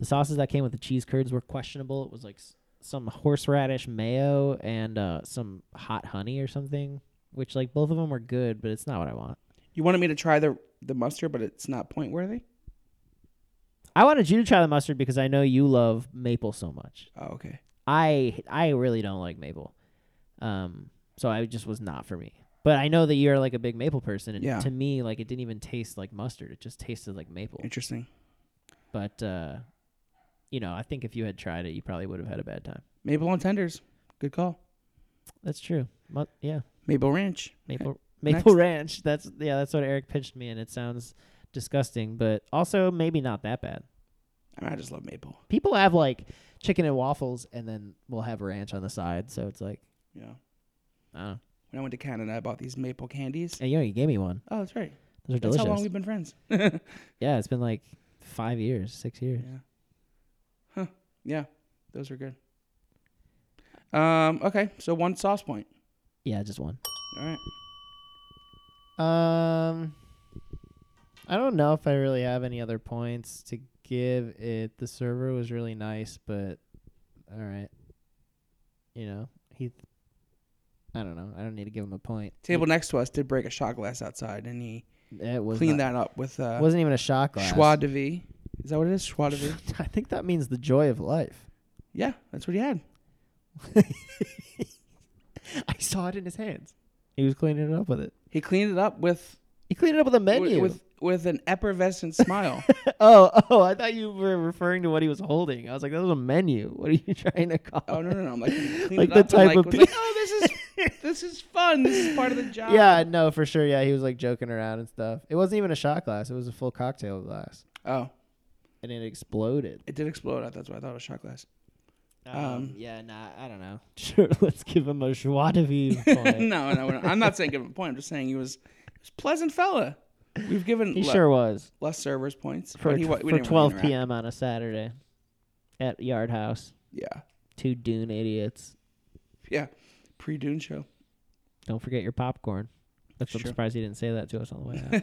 The sauces that came with the cheese curds were questionable. It was like s- some horseradish mayo and uh, some hot honey or something, which like both of them were good, but it's not what I want. You wanted me to try the the mustard, but it's not point worthy. I wanted you to try the mustard because I know you love maple so much. Oh, okay. I I really don't like maple, um, so I just was not for me. But I know that you're like a big maple person, and Yeah. to me, like it didn't even taste like mustard; it just tasted like maple. Interesting. But uh, you know, I think if you had tried it, you probably would have had a bad time. Maple on tenders. Good call. That's true. Mu- yeah, Maple ranch. maple next. maple ranch. That's yeah, that's what Eric pitched me, and it sounds disgusting, but also maybe not that bad. I, mean, I just love maple. People have like chicken and waffles, and then we'll have ranch on the side. So it's like Yeah. I don't know. When I went to Canada, I bought these maple candies. And you know, you gave me one. Oh, that's right. Those are That's delicious. how long we've been friends. yeah. Yeah, it's been like five years, six years. Huh. Yeah. Those are good. Um. Okay. So one sauce point. Yeah, just one. All right. Um, I don't know if I really have any other points to give it. The server was really nice, but all right. You know, he. I don't know. I don't need to give him a point. Table next to us did break a shot glass outside, and he It was cleaned not- that up with uh, Wasn't even a shot glass. Schwa de vie. Is that what it is? Schwa de vie. I think that means the joy of life. Yeah, that's what he had. I saw it in his hands. He was cleaning it up with it. He cleaned it up with He cleaned it up with a menu. with, with with an effervescent smile. Oh, oh! I thought you were referring to what he was holding. I was like, "That was a menu. What are you trying to call?" Oh no no no! I'm like he cleaned Like it the up and, type like, of was like, pe- oh, this is this is fun. This is part of the job. Yeah, no, for sure. Yeah, he was like joking around and stuff. It wasn't even a shot glass; it was a full cocktail glass, Oh, and it exploded. it did explode. That's why I thought it was shot glass. Um, Um, yeah, nah, I don't know. Sure, let's give him a joie de vivre point. no, no, no, I'm not saying give him a point. I'm just saying he was, he was a pleasant fella. We've given he le- sure was less servers points for but he, wa- we for didn't really 12 interact. p.m. on a Saturday at Yard House. Yeah, Two Dune idiots. yeah, pre Dune show. Don't forget your popcorn. That's I'm Sure. surprised he didn't say that to us on the way out.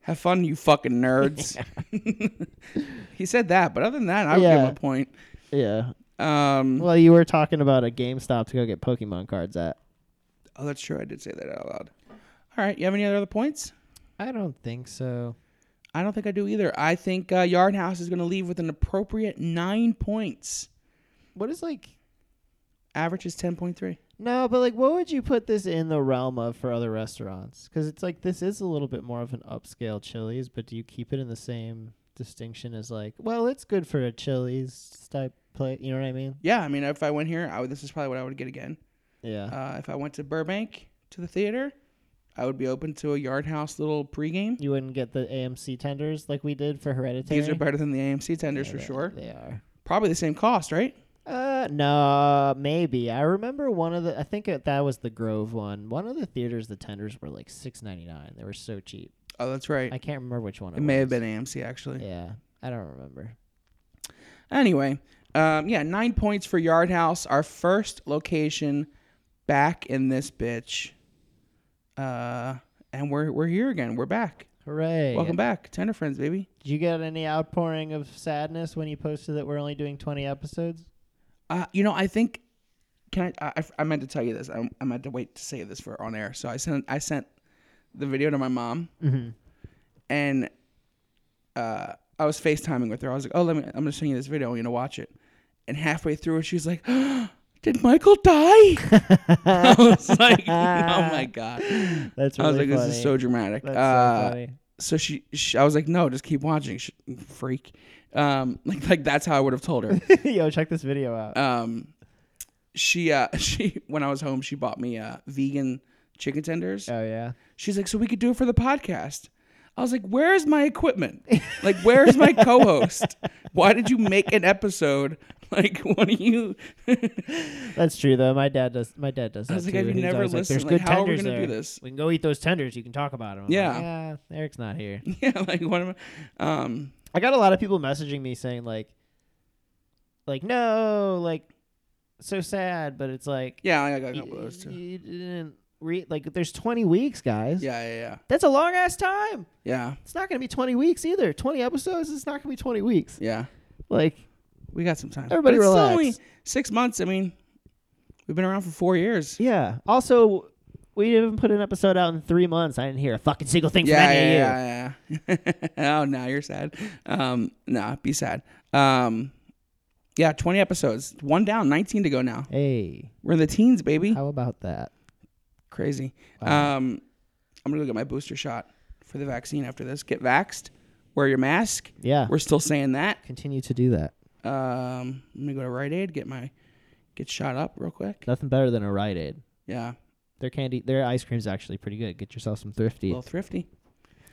Have fun, you fucking nerds. he said that, but other than that, I would give Yeah. him a point. yeah. Um, Well, you were talking about a GameStop to go get Pokemon cards at. oh, that's true. I did say that out loud. All right, you have any other points? I don't think so. I don't think I do either. I think uh, Yard House is going to leave with an appropriate nine points. What is like Average is ten point three. no, but like what would you put this in the realm of for other restaurants? Cuz it's like this is a little bit more of an upscale Chili's, but do you keep it in the same distinction as like, well, it's good for a Chili's type plate, you know what I mean? Yeah, I mean, if I went here, I would, this is probably what I would get again. Yeah. Uh, if I went to Burbank to the theater, I would be open to a Yard House little pregame. You wouldn't get the AMC tenders like we did for Hereditary. These are better than the AMC tenders Yeah, for they- sure. They are. Probably the same cost, right? Uh, no, maybe. I remember one of the. I think it, that was the Grove one. One of the theaters, the tenders were like six ninety nine. They were so cheap. Oh, that's right. I can't remember which one it, it may have was. been AMC actually. Yeah, I don't remember. Anyway, um, yeah, nine points for Yard House, our first location back in this bitch. Uh, and we're we're here again. We're back. Hooray! Welcome back, Tender Friends, baby. Did you get any outpouring of sadness when you posted that we're only doing twenty episodes? Uh, you know, I think can I, I? I meant to tell you this. I, I meant to wait to say this for on air. So I sent I sent the video to my mom, and uh, I was FaceTiming with her. I was like, "Oh, let me. I'm gonna send you this video. I want you to watch it." And halfway through it, she was like, "Did Michael die?" I was like, "Oh my god." That's really I was like, funny. "This is so dramatic." That's so uh, funny. so she, she, I was like, "No, just keep watching, sh- freak." Um, like, like that's how I would have told her. Yo, check this video out. um she uh she when i was home she bought me uh vegan chicken tenders oh yeah. she's like so we could do it for the podcast i was like where's my equipment like where's my co-host why did you make an episode like what are you That's true though. My dad does. My dad does. That was like, too. have you He's never always listened? Like, There's Like, good how are we tenders gonna do there. this?" We can go eat those tenders. You can talk about them. Yeah. yeah. Eric's not here. yeah like what am i um I got a lot of people messaging me saying like, like no, like, so sad. But it's like, yeah i got a you, couple of those too you didn't read. Like, there's 20 weeks, guys. yeah yeah yeah That's a long ass time. yeah It's not gonna be 20 weeks either. 20 episodes. It's not gonna be 20 weeks. yeah Like, we got some time Everybody but it's still relax. only six months i mean we've been around for four years yeah. Also, we didn't put an episode out in three months. I didn't hear a fucking single thing from yeah, any of you. yeah, yeah, yeah. oh, now you're sad. Um, nah, be sad. Um, yeah, 20 episodes, one down, 19 to go now. Hey, We're in the teens, baby. how about that? Crazy. Wow. Um, I'm gonna go get my booster shot for the vaccine after this. Get vaxxed. Wear your mask. Yeah. We're still saying that. Continue to do that. Um, let me go to Rite Aid. Get my get shot up real quick. Nothing better than a Rite Aid. Yeah, Their candy, their ice cream's actually pretty good. Get yourself some thrifty a little thrifty.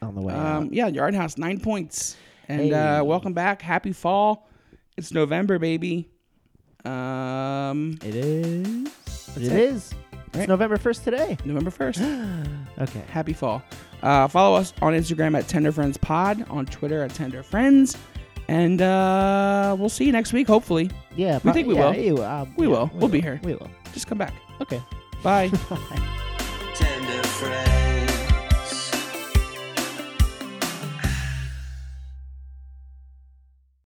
on the way. out. Um, yeah, Yard House, nine points. And Uh, Hey. uh, welcome back. Happy fall. It's November, baby. Um, It is. It, it. it is. It's Right. November first today. November 1st. Okay. Happy fall. Uh, follow us on Instagram at Tender Friends Pod, on Twitter at Tender Friends. And uh, we'll see you next week, hopefully. Yeah. We think we yeah, will. you, um, We yeah, will. We'll be here. We will. Just come back. Okay. Bye. tender friend.